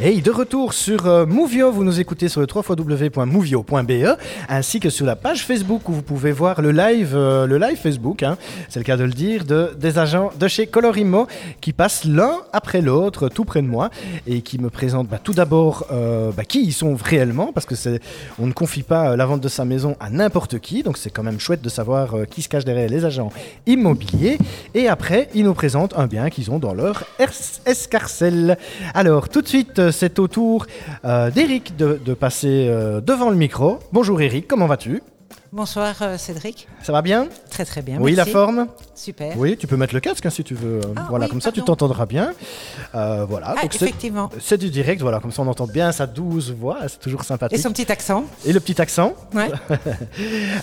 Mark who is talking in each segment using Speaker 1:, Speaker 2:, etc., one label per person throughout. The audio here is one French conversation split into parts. Speaker 1: Hey, de retour sur euh, Movio, vous nous écoutez sur le www.movio.be ainsi que sur la page Facebook où vous pouvez voir le live, euh, le live Facebook, hein, c'est le cas de le dire, de, des agents de chez Colorimo qui passent l'un après l'autre tout près de moi et qui me présentent bah, tout d'abord euh, bah, qui ils sont réellement parce que c'est, on ne confie pas euh, la vente de sa maison à n'importe qui, donc c'est quand même chouette de savoir euh, qui se cache derrière les agents immobiliers. Et après, ils nous présentent un bien qu'ils ont dans leur ers- escarcelle. Alors, tout de suite, euh, c'est au tour euh, d'Eric de, de passer euh, devant le micro. Bonjour Eric, comment vas-tu
Speaker 2: Bonsoir euh, Cédric,
Speaker 1: Ça va bien
Speaker 2: très très bien.
Speaker 1: Oui, la
Speaker 2: merci.
Speaker 1: forme
Speaker 2: Super.
Speaker 1: Oui, tu peux mettre le casque hein, si tu veux.
Speaker 2: Ah,
Speaker 1: voilà,
Speaker 2: oui,
Speaker 1: comme ça tu
Speaker 2: pardon.
Speaker 1: t'entendras bien. Euh, voilà,
Speaker 2: Ah,
Speaker 1: donc c'est.
Speaker 2: effectivement.
Speaker 1: C'est du direct, voilà, comme ça on entend bien sa douce voix, c'est toujours
Speaker 2: Et
Speaker 1: sympathique.
Speaker 2: son petit accent.
Speaker 1: Et le petit accent
Speaker 2: Ouais.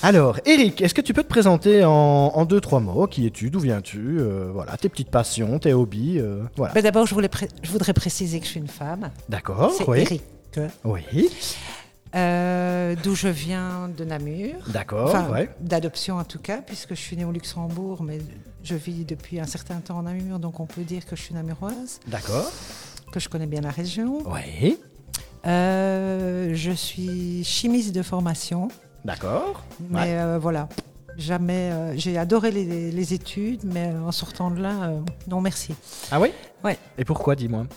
Speaker 1: Alors, Eric, est-ce que tu peux te présenter en, en deux, trois mots Qui es-tu D'où viens-tu Euh, Voilà, tes petites passions, tes hobbies, euh, voilà.
Speaker 2: Ben, D'abord, je, voulais pré- je voudrais préciser que je suis une femme.
Speaker 1: D'accord,
Speaker 2: C'est
Speaker 1: Oh, oui.
Speaker 2: Eric.
Speaker 1: Oui,
Speaker 2: euh, D'où je viens de Namur.
Speaker 1: d'accord,
Speaker 2: Enfin,
Speaker 1: Oh, ouais.
Speaker 2: d'adoption en tout cas, puisque je suis née au Luxembourg, mais je vis depuis un certain temps en Namur, donc on peut dire que je suis namuroise,
Speaker 1: D'accord,
Speaker 2: que je connais bien la région.
Speaker 1: oui,
Speaker 2: Euh, je suis chimiste de formation,
Speaker 1: d'accord.
Speaker 2: mais
Speaker 1: ouais.
Speaker 2: euh, voilà. Jamais, euh, j'ai adoré les, les études, mais euh, en sortant de là, euh, non merci.
Speaker 1: Ah oui
Speaker 2: Ouais.
Speaker 1: Et pourquoi, dis-moi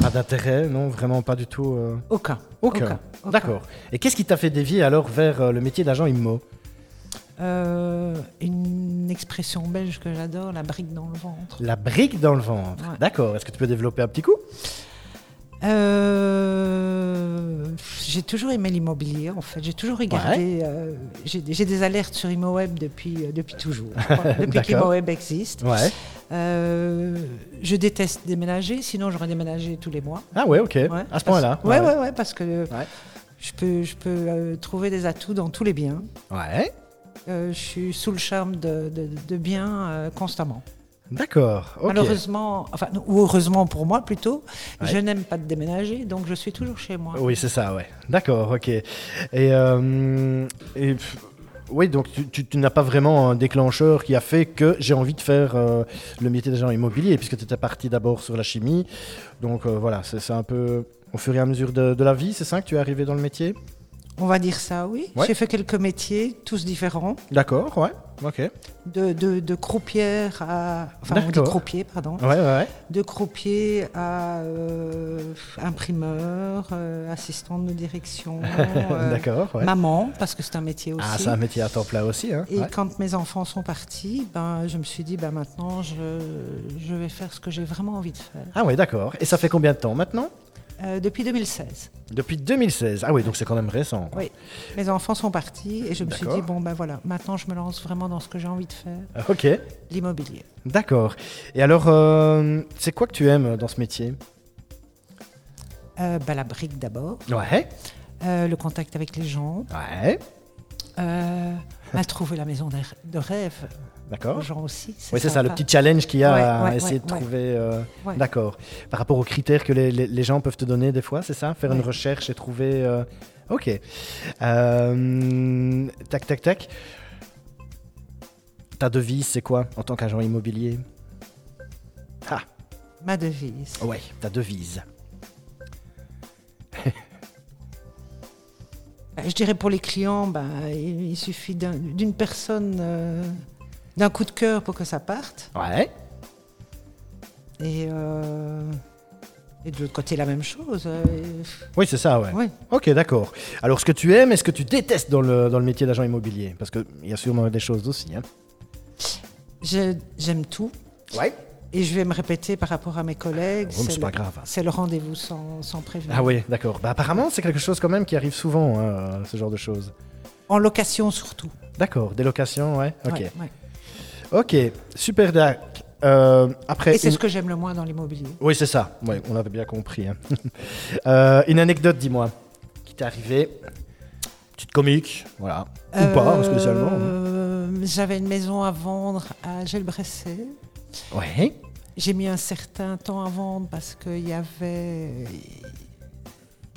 Speaker 1: Pas d'intérêt, non, vraiment pas du tout. euh,
Speaker 2: Aucun.
Speaker 1: Aucun.
Speaker 2: aucun.
Speaker 1: D'accord. Et qu'est-ce qui t'a fait dévier alors vers euh, le métier d'agent immo
Speaker 2: Euh, une expression belge que j'adore, la brique dans le ventre.
Speaker 1: La brique dans le ventre.
Speaker 2: Ouais.
Speaker 1: D'accord. Est-ce que tu peux développer un petit coup
Speaker 2: Euh, j'ai toujours aimé l'immobilier, en fait. J'ai toujours regardé. euh, j'ai j'ai des alertes sur ImoWeb depuis, euh, depuis toujours. Voilà, depuis
Speaker 1: D'accord.
Speaker 2: qu'ImoWeb existe.
Speaker 1: Ouais.
Speaker 2: Euh, je déteste déménager, sinon j'aurais déménagé tous les mois.
Speaker 1: Ah ouais, ok.
Speaker 2: Ouais,
Speaker 1: à ce
Speaker 2: parce-
Speaker 1: point-là.
Speaker 2: Ouais, ouais, ouais, parce que euh,
Speaker 1: Ouais.
Speaker 2: je peux, je peux euh, trouver des atouts dans tous les biens.
Speaker 1: Ouais.
Speaker 2: Euh, je suis sous le charme de, de- de biens euh, constamment.
Speaker 1: D'accord. ok.
Speaker 2: Malheureusement, enfin, non, ou heureusement pour moi plutôt,
Speaker 1: Ouais.
Speaker 2: je n'aime pas de déménager, donc je suis toujours chez moi.
Speaker 1: Oui, c'est ça, ouais. D'accord, ok. Et, euh, et pff, oui, donc tu, tu- tu n'as pas vraiment un déclencheur qui a fait que j'ai envie de faire euh, le métier d'agent immobilier, puisque tu étais parti d'abord sur la chimie. Donc euh, voilà, c'est c'est un peu au fur et à mesure de, de la vie, c'est ça que tu es arrivé dans le métier
Speaker 2: On va dire ça, oui.
Speaker 1: Ouais.
Speaker 2: J'ai fait quelques métiers, tous différents,
Speaker 1: D'accord, ouais. Ok. Ouais,
Speaker 2: de, de, de croupière à. Enfin, on dit
Speaker 1: D'accord. Ah.
Speaker 2: croupier, pardon.
Speaker 1: ouais, ouais.
Speaker 2: De croupier à euh, imprimeur, euh, assistant de direction, euh,
Speaker 1: D'accord, ouais.
Speaker 2: maman, parce que c'est un métier aussi.
Speaker 1: Ah, c'est un métier à temps plein aussi, hein.
Speaker 2: Et
Speaker 1: ouais.
Speaker 2: quand mes enfants sont partis, ben, je me suis dit, ben, maintenant, je, je vais faire ce que j'ai vraiment envie de faire.
Speaker 1: Ah ouais, d'accord. Et ça fait combien de temps maintenant
Speaker 2: Euh, depuis 2016.
Speaker 1: Depuis 2016. Ah oui, donc c'est quand même récent. quoi.
Speaker 2: Oui, mes enfants sont partis et je me suis dit,
Speaker 1: D'accord.
Speaker 2: bon ben voilà, maintenant je me lance vraiment dans ce que j'ai envie de faire,
Speaker 1: Ok.
Speaker 2: l'immobilier.
Speaker 1: D'accord. Et alors, euh, c'est quoi que tu aimes dans ce métier
Speaker 2: Euh, ben, la brique d'abord,
Speaker 1: Ouais.
Speaker 2: euh, le contact avec les gens,
Speaker 1: Ouais.
Speaker 2: euh, ben, trouver la maison de- de rêve
Speaker 1: D'accord.
Speaker 2: aux gens aussi.
Speaker 1: Oh. Oui, c'est ça, le
Speaker 2: sympa.
Speaker 1: petit challenge qu'il y a
Speaker 2: Ouais,
Speaker 1: à
Speaker 2: ouais,
Speaker 1: essayer
Speaker 2: ouais,
Speaker 1: de
Speaker 2: ouais.
Speaker 1: trouver. euh,
Speaker 2: Ouais.
Speaker 1: D'accord. Par rapport aux critères que les, les- les gens peuvent te donner des fois, c'est ça Faire une
Speaker 2: Ouais.
Speaker 1: recherche et trouver. euh, Ok. Euh, Tac, tac, tac. Ta devise, c'est quoi en tant qu'agent immobilier Ah,
Speaker 2: Ma devise.
Speaker 1: ouais, ta devise.
Speaker 2: Ben, Je dirais pour les clients, ben, il il suffit d'un- d'une personne, euh, d'un coup de cœur pour que ça parte.
Speaker 1: Ouais.
Speaker 2: Et, euh, et de l'autre côté, la même chose. euh,
Speaker 1: Oui, c'est ça, ouais.
Speaker 2: et- ouais.
Speaker 1: Ok, d'accord. Alors, ce que tu aimes et ce que tu détestes dans le, dans le métier d'agent immobilier Parce qu'il y a sûrement des choses aussi. Hein.
Speaker 2: Je- J'aime tout.
Speaker 1: Ouais.
Speaker 2: Et je vais me répéter par rapport à mes collègues.
Speaker 1: Ah oui, mais c'est
Speaker 2: le-
Speaker 1: pas grave.
Speaker 2: C'est le rendez-vous sans, sans prévenir.
Speaker 1: Ah oui, d'accord. Bah, apparemment, c'est quelque chose quand même qui arrive souvent, hein, ce genre de choses.
Speaker 2: En location surtout.
Speaker 1: D'accord, des locations, ouais. Ok,
Speaker 2: Ouais, ouais.
Speaker 1: ok. Super Dark. Euh, après,
Speaker 2: Et c'est
Speaker 1: une-
Speaker 2: ce que j'aime le moins dans l'immobilier.
Speaker 1: oui, c'est ça. Oui, on avait bien compris. hein. Euh, une anecdote, dis-moi, qui t'est arrivée. Petite comique, voilà. Ou pas, spécialement. hein.
Speaker 2: Euh, J'avais une maison à vendre à Gelbressé.
Speaker 1: Ouais.
Speaker 2: J'ai mis un certain temps à vendre parce qu'il y avait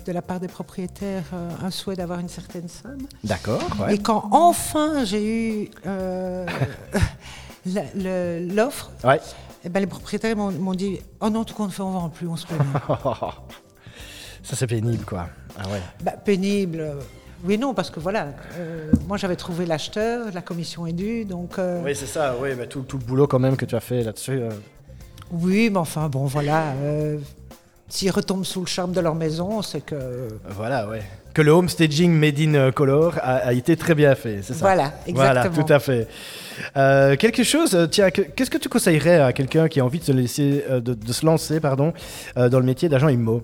Speaker 2: de la part des propriétaires euh, un souhait d'avoir une certaine somme.
Speaker 1: D'accord, ouais.
Speaker 2: Et quand enfin j'ai eu euh, la- le- l'offre,
Speaker 1: Ouais.
Speaker 2: Eh ben, les propriétaires m'ont m'ont dit Oh non, tout compte fait, on vend plus, on se plaint.
Speaker 1: Ça, c'est pénible, quoi. Ah ouais.
Speaker 2: Bah, pénible. Oui, non, parce que voilà, euh, moi j'avais trouvé l'acheteur, la commission est due, donc euh, oui.
Speaker 1: Oui, c'est ça, oui, mais tout, tout le boulot quand même que tu as fait là-dessus. euh.
Speaker 2: mais enfin bon, voilà. euh, S'ils retombent sous le charme de leur maison, c'est que
Speaker 1: Voilà, ouais. Que le home staging made in euh, color a, a été très bien fait, c'est ça
Speaker 2: Voilà,
Speaker 1: Voilà,
Speaker 2: exactement.
Speaker 1: tout à fait. Euh, quelque chose, euh, tiens, que- qu'est-ce que tu conseillerais à quelqu'un qui a envie de se, laisser, euh, de, de se lancer pardon, euh, dans le métier d'agent IMO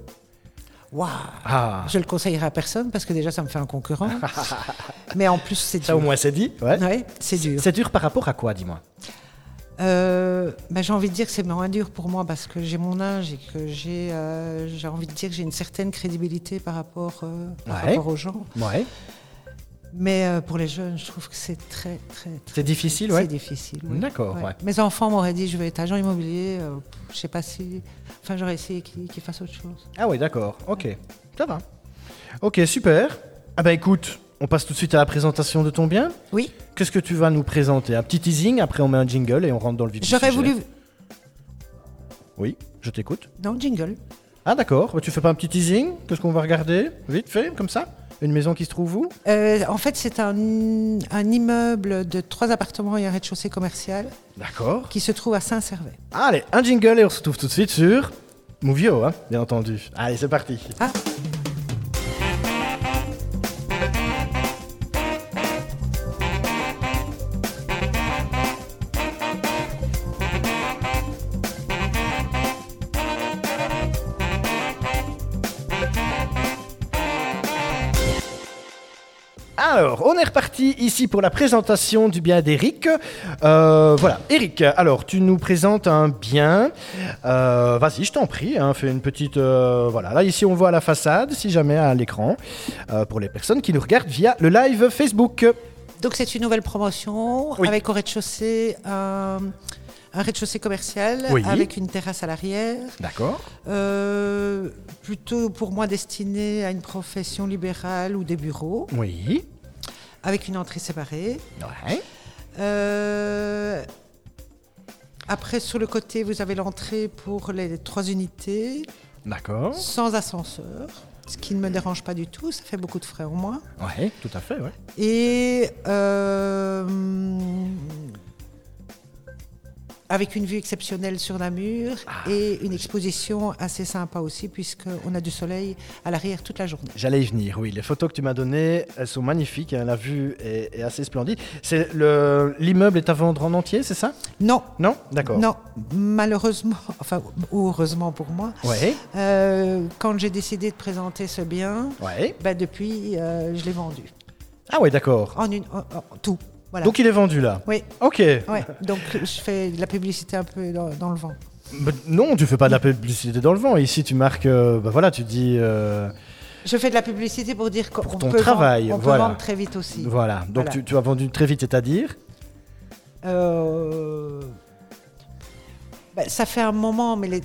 Speaker 2: waouh,
Speaker 1: Ah,
Speaker 2: je le conseillerai à personne parce que déjà ça me fait un concurrent. mais en plus c'est
Speaker 1: ça au
Speaker 2: dur.
Speaker 1: moins c'est dit ouais.
Speaker 2: Ouais, c'est dur.
Speaker 1: C'est dur par rapport à quoi, dis-moi
Speaker 2: Euh, bah, j'ai envie de dire que c'est moins dur pour moi parce que j'ai mon âge et que j'ai, euh, j'ai envie de dire que j'ai une certaine crédibilité par rapport, euh, par
Speaker 1: Ouais.
Speaker 2: rapport aux gens.
Speaker 1: Ouais.
Speaker 2: Mais euh, pour les jeunes, je trouve que c'est très, très, très
Speaker 1: C'est difficile, ouais
Speaker 2: C'est difficile. oui.
Speaker 1: D'accord, ouais.
Speaker 2: Mes enfants m'auraient dit je vais être agent immobilier. euh, je sais pas si. Enfin, j'aurais essayé qu'ils qu'ils fassent autre chose.
Speaker 1: Ah oui, d'accord. Ok, ça va. Ok, super. Ah bah écoute, on passe tout de suite à la présentation de ton bien.
Speaker 2: Oui.
Speaker 1: Qu'est-ce que tu vas nous présenter Un petit teasing, après on met un jingle et on rentre dans le vif du
Speaker 2: J'aurais
Speaker 1: sujet.
Speaker 2: voulu.
Speaker 1: Oui, je t'écoute.
Speaker 2: Non, jingle.
Speaker 1: Ah d'accord, Bah, tu fais pas un petit teasing Qu'est-ce qu'on va regarder Vite fait, comme ça Une maison qui se trouve où
Speaker 2: Euh, en fait, c'est un, un immeuble de trois appartements et un rez-de-chaussée commercial
Speaker 1: D'accord.
Speaker 2: qui se trouve à Saint-Servais.
Speaker 1: Allez, un jingle et on se retrouve tout de suite sur Movio, hein, bien entendu. Allez, c'est parti.
Speaker 2: Ah.
Speaker 1: Alors, on est reparti ici pour la présentation du bien d'Eric. Euh, voilà, Eric, alors tu nous présentes un bien. Euh, Vas-y, je t'en prie, hein, fais une petite... euh, voilà, là ici on voit la façade, si jamais à l'écran, euh, pour les personnes qui nous regardent via le live Facebook.
Speaker 2: Donc, c'est une nouvelle promotion
Speaker 1: Oui.
Speaker 2: avec au rez-de-chaussée un, un rez-de-chaussée commercial
Speaker 1: Oui.
Speaker 2: avec une terrasse à l'arrière.
Speaker 1: D'accord.
Speaker 2: Euh, plutôt pour moi destiné à une profession libérale ou des bureaux,
Speaker 1: Oui.
Speaker 2: avec une entrée séparée.
Speaker 1: Ouais.
Speaker 2: Euh, après, sur le côté, vous avez l'entrée pour les trois unités,
Speaker 1: D'accord.
Speaker 2: sans ascenseur, ce qui ne me dérange pas du tout, ça fait beaucoup de frais en moins.
Speaker 1: Ouais, tout à fait, ouais.
Speaker 2: Et euh, avec une vue exceptionnelle sur Namur
Speaker 1: Ah.
Speaker 2: et une exposition assez sympa aussi, puisqu'on a du soleil à l'arrière toute la journée.
Speaker 1: J'allais y venir, oui. Les photos que tu m'as données, elles sont magnifiques. hein, La vue est, est assez splendide. C'est le- L'immeuble est à vendre en entier, c'est ça
Speaker 2: Non,
Speaker 1: Non D'accord.
Speaker 2: non, malheureusement, enfin, ou heureusement pour moi,
Speaker 1: Ouais.
Speaker 2: euh, quand j'ai décidé de présenter ce bien,
Speaker 1: Ouais.
Speaker 2: bah, depuis, euh, je l'ai vendu.
Speaker 1: Ah ouais, d'accord.
Speaker 2: En une, en- en- tout. Voilà.
Speaker 1: Donc il est vendu là.
Speaker 2: oui.
Speaker 1: Ok.
Speaker 2: Ouais, donc je fais de la publicité un peu dans, dans le vent.
Speaker 1: Mais non, tu fais pas de la publicité dans le vent. Ici, tu marques, euh, bah voilà, tu dis, euh,
Speaker 2: Je fais de la publicité pour dire qu'on
Speaker 1: Pour
Speaker 2: peut,
Speaker 1: ton travail,
Speaker 2: vendre, on peut
Speaker 1: voilà.
Speaker 2: vendre très vite aussi.
Speaker 1: voilà. Donc
Speaker 2: Voilà.
Speaker 1: Tu, tu as vendu très vite, c'est-à-dire
Speaker 2: Euh, bah, ça fait un moment, mais les,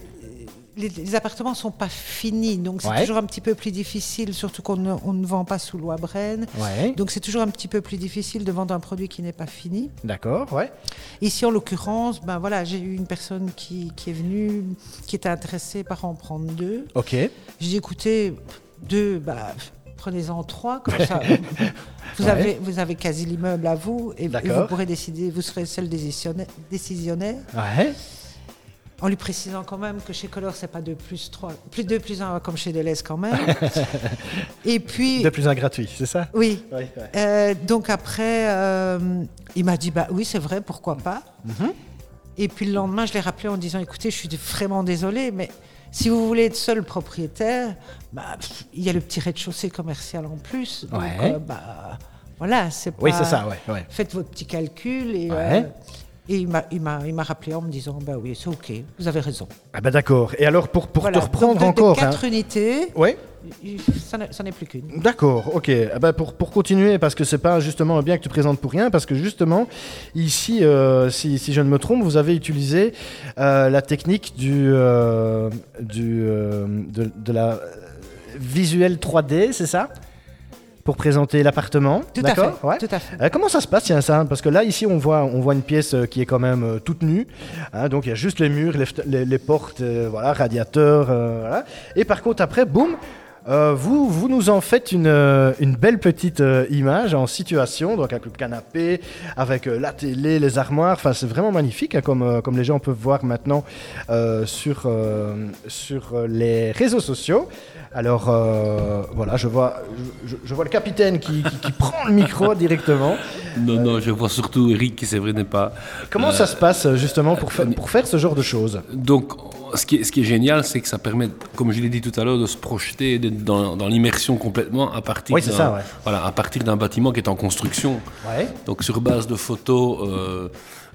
Speaker 2: les, les appartements sont pas finis, donc c'est
Speaker 1: Ouais.
Speaker 2: toujours un petit peu plus difficile, surtout qu'on ne, on ne vend pas sous loi Brenne.
Speaker 1: Ouais.
Speaker 2: Donc c'est toujours un petit peu plus difficile de vendre un produit qui n'est pas fini.
Speaker 1: D'accord, ouais.
Speaker 2: Ici, en l'occurrence, ben voilà, j'ai eu une personne qui, qui est venue, qui était intéressée par en prendre deux.
Speaker 1: Ok.
Speaker 2: J'ai dit, écoutez, deux, bah, prenez-en trois, comme ça. Vous,
Speaker 1: Ouais.
Speaker 2: avez, vous avez quasi l'immeuble à vous et, et vous
Speaker 1: D'accord.
Speaker 2: pourrez décider, vous serez seul décisionnaire, décisionnaire,
Speaker 1: Ouais.
Speaker 2: en lui précisant quand même que chez Color, c'est pas 2 plus 3, plus 2 plus 1 comme chez Deleuze quand même. et puis,
Speaker 1: De plus un gratuit, c'est ça
Speaker 2: oui.
Speaker 1: Ouais, ouais.
Speaker 2: Euh, donc après, euh, il m'a dit, bah oui, c'est vrai, pourquoi pas.
Speaker 1: Mhm.
Speaker 2: Et puis le lendemain, je l'ai rappelé en disant écoutez, je suis vraiment désolé, mais si vous voulez être seul propriétaire, bah, pff, il y a le petit rez-de-chaussée commercial en plus. Donc,
Speaker 1: Ouais.
Speaker 2: euh, bah, voilà, c'est
Speaker 1: Oui,
Speaker 2: pas-
Speaker 1: c'est ça, ouais. ouais.
Speaker 2: Faites votre petit calcul. Et,
Speaker 1: Ouais.
Speaker 2: euh, et il m'a- il m'a il m'a rappelé en me disant bah oui, c'est OK, vous avez raison.
Speaker 1: Ah bah d'accord. Et alors, pour, pour
Speaker 2: Voilà.
Speaker 1: te reprendre
Speaker 2: Donc, de- de
Speaker 1: encore. hein.
Speaker 2: quatre unités,
Speaker 1: Ouais.
Speaker 2: il- ça n'est- ça n'est plus qu'une.
Speaker 1: D'accord, ok. Ah bah, pour, pour continuer, parce que c'est pas justement un bien que tu présentes pour rien, parce que justement, ici, euh, si, si je ne me trompe, vous avez utilisé euh, la technique du, euh, du, euh, de, de la euh, visuelle 3D, c'est ça pour présenter l'appartement.
Speaker 2: Tout à
Speaker 1: d'accord
Speaker 2: fait,
Speaker 1: Ouais.
Speaker 2: tout à fait.
Speaker 1: Euh, comment ça se passe, tiens, ça Parce que là, ici, on voit, on voit une pièce euh, qui est quand même euh, toute nue. hein, donc, il y a juste les murs, les, ft- les- les portes, euh, voilà, radiateurs. euh, voilà. Et par contre, après, boum euh, vous, vous nous en faites une, euh, une belle petite euh, image en situation, donc avec le canapé, avec euh, la télé, les armoires. Enfin, c'est vraiment magnifique, hein, comme, euh, comme les gens peuvent voir maintenant euh, sur, euh, sur euh, les réseaux sociaux. Alors euh, voilà, je vois, je, je vois le capitaine qui, qui- qui prend le micro directement.
Speaker 3: Non, non, je vois surtout Eric qui, c'est vrai, n'est pas.
Speaker 1: Comment ça se passe justement pour, fa- pour faire ce genre de choses
Speaker 3: Donc, ce qui est, ce qui est génial, c'est que ça permet, comme je l'ai dit tout à l'heure, de se projeter d'être dans, dans l'immersion complètement à partir
Speaker 1: Oui, c'est
Speaker 3: d'un-
Speaker 1: ça, ouais.
Speaker 3: voilà, à partir d'un bâtiment qui est en construction.
Speaker 1: Ouais.
Speaker 3: Donc sur base de photos euh,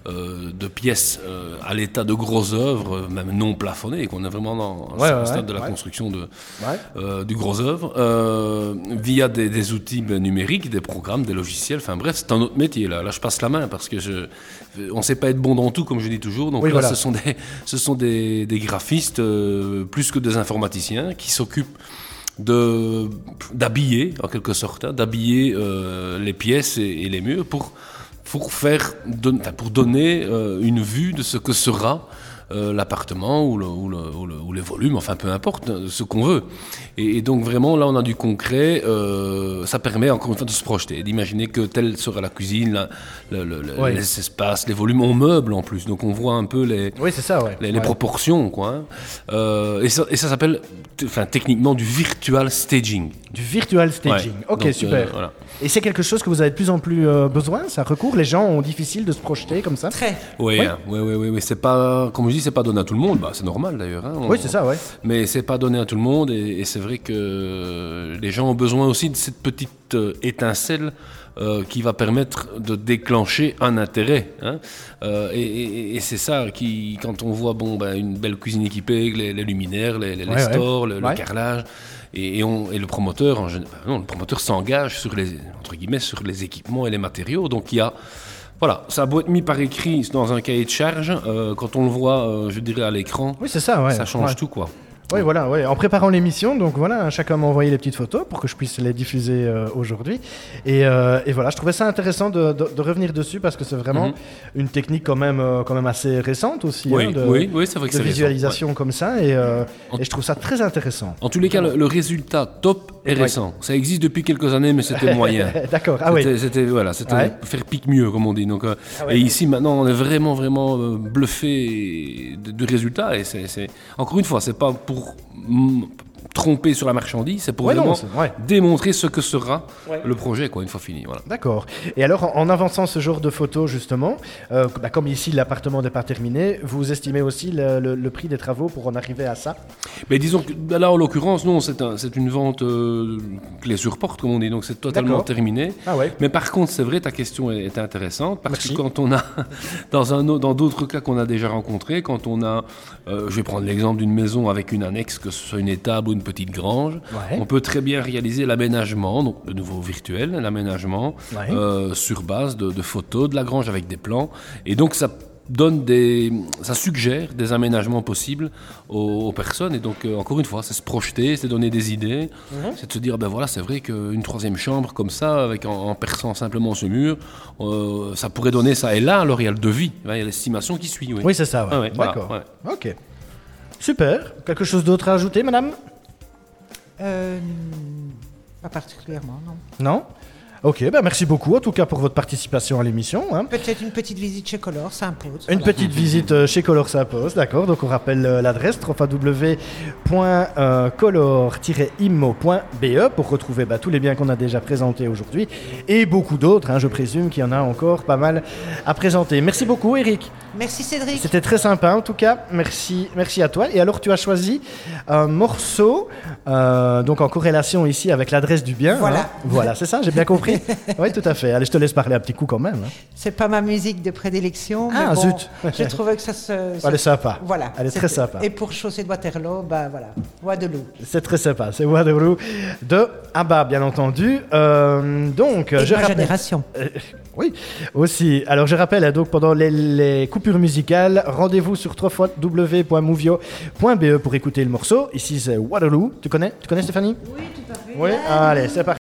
Speaker 3: euh, de pièces euh, à l'état de grosses œuvres, euh, même non plafonnées, qu'on est vraiment dans
Speaker 1: Ouais,
Speaker 3: c'est
Speaker 1: ouais,
Speaker 3: le stade
Speaker 1: ouais,
Speaker 3: de la
Speaker 1: ouais.
Speaker 3: construction de,
Speaker 1: Ouais.
Speaker 3: euh, du gros œuvre, euh, via des, des outils ben, numériques, des programmes, des logiciels, enfin bref, c'est un autre métier là. Là, je passe la main parce que je, on ne sait pas être bon dans tout, comme je dis toujours. Donc
Speaker 1: Oui,
Speaker 3: là,
Speaker 1: voilà.
Speaker 3: ce sont des, ce sont des, des graphistes euh, plus que des informaticiens qui s'occupent de d'habiller en quelque sorte, hein, d'habiller euh, les pièces et, et les murs pour pour faire don- enfin, pour donner euh, une vue de ce que sera euh, l'appartement ou, le, ou, le, ou, le- ou les volumes, enfin peu importe, euh, ce qu'on veut. Et, et donc vraiment là on a du concret, euh, ça permet encore une fois de se projeter, d'imaginer que telle sera la cuisine, la- le- le- le-
Speaker 1: Ouais.
Speaker 3: les espaces, les volumes, on meuble en plus, donc on voit un peu les,
Speaker 1: Oui, c'est ça, ouais.
Speaker 3: les, les
Speaker 1: Ouais.
Speaker 3: proportions, quoi. hein. Euh, et ça, et ça s'appelle, t- enfin, techniquement, du virtual staging.
Speaker 1: Du virtual staging.
Speaker 3: Ouais.
Speaker 1: Ok,
Speaker 3: Donc, euh,
Speaker 1: super.
Speaker 3: voilà.
Speaker 1: Et c'est quelque chose que vous avez de plus en plus euh, besoin, ça recourt Les gens ont difficile de se projeter comme ça
Speaker 2: Très.
Speaker 3: Oui,
Speaker 1: Oui.
Speaker 3: hein. oui, oui, oui, oui. C'est pas, comme je dis, c'est pas donné à tout le monde. Bah, c'est normal d'ailleurs. hein. On-
Speaker 1: Oui, c'est ça, ouais.
Speaker 3: Mais c'est pas donné à tout le monde, et, et c'est vrai que les gens ont besoin aussi de cette petite euh, étincelle euh, qui va permettre de déclencher un intérêt. hein. Euh, et et- et c'est ça qui, quand on voit bon, ben, une belle cuisine équipée, avec les, les luminaires, les, les, les
Speaker 1: Ouais, ouais.
Speaker 3: stores, le, le
Speaker 1: Ouais.
Speaker 3: carrelage, et, et on, et le promoteur, en gén- enfin, non, le promoteur s'engage sur les entre guillemets sur les équipements et les matériaux. Donc il y a voilà, ça a beau être mis par écrit dans un cahier de charge, euh, quand on le voit, euh, je dirais à l'écran,
Speaker 1: Oui, c'est ça, ouais.
Speaker 3: ça change
Speaker 1: Ouais.
Speaker 3: tout quoi.
Speaker 1: Oui, voilà, ouais. en préparant l'émission, donc voilà, chacun m'a envoyé les petites photos pour que je puisse les diffuser euh, aujourd'hui. Et, euh, et voilà, je trouvais ça intéressant de, de- de revenir dessus parce que c'est vraiment
Speaker 3: Mhm.
Speaker 1: une technique quand même, euh, quand même assez récente aussi,
Speaker 3: Oui,
Speaker 1: hein, de,
Speaker 3: oui, oui, c'est vrai que
Speaker 1: de
Speaker 3: c'est récent,
Speaker 1: visualisation comme ça, et, euh,
Speaker 3: En-
Speaker 1: et je trouve ça très intéressant.
Speaker 3: En tous les cas, le, le résultat top est récent. Ça existe depuis quelques années, mais c'était moyen.
Speaker 1: D'accord, ah oui. Ah
Speaker 3: C'était- C'était voilà, c'était
Speaker 1: Ouais. Ah
Speaker 3: faire pique mieux comme on dit. Donc euh,
Speaker 1: ouais.
Speaker 3: et ici maintenant on est vraiment vraiment euh, bluffé de- du résultat et c'est c'est- encore une fois c'est pas pour mm, tromper sur la marchandise, c'est pour
Speaker 1: Ouais, non,
Speaker 3: vraiment
Speaker 1: c'est- ouais.
Speaker 3: démontrer ce que sera le projet quoi une fois fini. Voilà.
Speaker 1: D'accord. Et alors, en- en avançant ce genre de photos, justement, euh, bah, comme ici l'appartement n'est pas terminé, vous estimez aussi le, le- le prix des travaux pour en arriver à ça
Speaker 3: Mais disons que bah là en l'occurrence non c'est un- c'est une vente euh, clé sur porte comme on dit donc c'est totalement
Speaker 1: D'accord.
Speaker 3: terminé.
Speaker 1: Ah ouais
Speaker 3: Mais par contre, c'est vrai, ta question est, est intéressante parce
Speaker 1: Merci.
Speaker 3: que quand on a, dans un au- dans d'autres cas qu'on a déjà rencontrés, quand on a, euh, je vais prendre l'exemple d'une maison avec une annexe, que ce soit une étable ou une petite grange,
Speaker 1: Ouais.
Speaker 3: on peut très bien réaliser l'aménagement, donc de nouveau virtuel, l'aménagement
Speaker 1: Ouais.
Speaker 3: euh, sur base de, de photos de la grange avec des plans, et donc ça donne des, ça suggère des aménagements possibles aux, aux personnes et donc euh, encore une fois c'est se projeter c'est donner des idées c'est de se dire ben voilà c'est vrai qu'une troisième chambre comme ça avec en, en perçant simplement ce mur euh, ça pourrait donner ça et là alors il y a le devis hein, il y a l'estimation qui suit oui,
Speaker 1: Oui, c'est ça. ouais.
Speaker 3: Ah ouais, voilà,
Speaker 1: D'accord. Ok. Super. Quelque chose d'autre à ajouter, madame
Speaker 2: Euh, pas particulièrement, non.
Speaker 1: Non Ok, bah merci beaucoup en tout cas pour votre participation à l'émission. hein.
Speaker 2: Peut-être une petite visite chez Color, ça impose.
Speaker 1: Une
Speaker 2: voilà.
Speaker 1: petite visite euh, chez Color Sapos, d'accord. Donc on rappelle euh, l'adresse euh, www.color-immo.be pour retrouver bah, tous les biens qu'on a déjà présentés aujourd'hui et beaucoup d'autres. hein, je présume qu'il y en a encore pas mal à présenter. Merci beaucoup, Eric.
Speaker 2: Merci Cédric.
Speaker 1: C'était très sympa en tout cas. Merci, merci à toi. Et alors tu as choisi un morceau, euh, donc en corrélation ici avec l'adresse du bien.
Speaker 2: Voilà.
Speaker 1: hein. Voilà, c'est ça. J'ai bien compris. oui, tout à fait. Allez, je te laisse parler un petit coup quand même. hein.
Speaker 2: C'est pas ma musique de prédilection.
Speaker 1: Ah,
Speaker 2: mais bon,
Speaker 1: zut.
Speaker 2: Je trouvais que ça se. ça-
Speaker 1: Elle est sympa.
Speaker 2: Voilà.
Speaker 1: Elle est très
Speaker 2: C'était-
Speaker 1: sympa.
Speaker 2: Et pour Chaussée de Waterloo, bah voilà, Waterloo.
Speaker 1: C'est très sympa. C'est Waterloo de Abba, bien entendu. Euh, donc,
Speaker 2: Et
Speaker 1: je
Speaker 2: ma
Speaker 1: rappelle-
Speaker 2: génération.
Speaker 1: Euh, oui, aussi. Alors je rappelle, hein, donc pendant les, les coupures musicales, rendez-vous sur www.movio.be pour écouter le morceau. Ici c'est Waterloo. Tu connais Tu connais Stéphanie Oui, tout à fait. Oui, allez, c'est parti.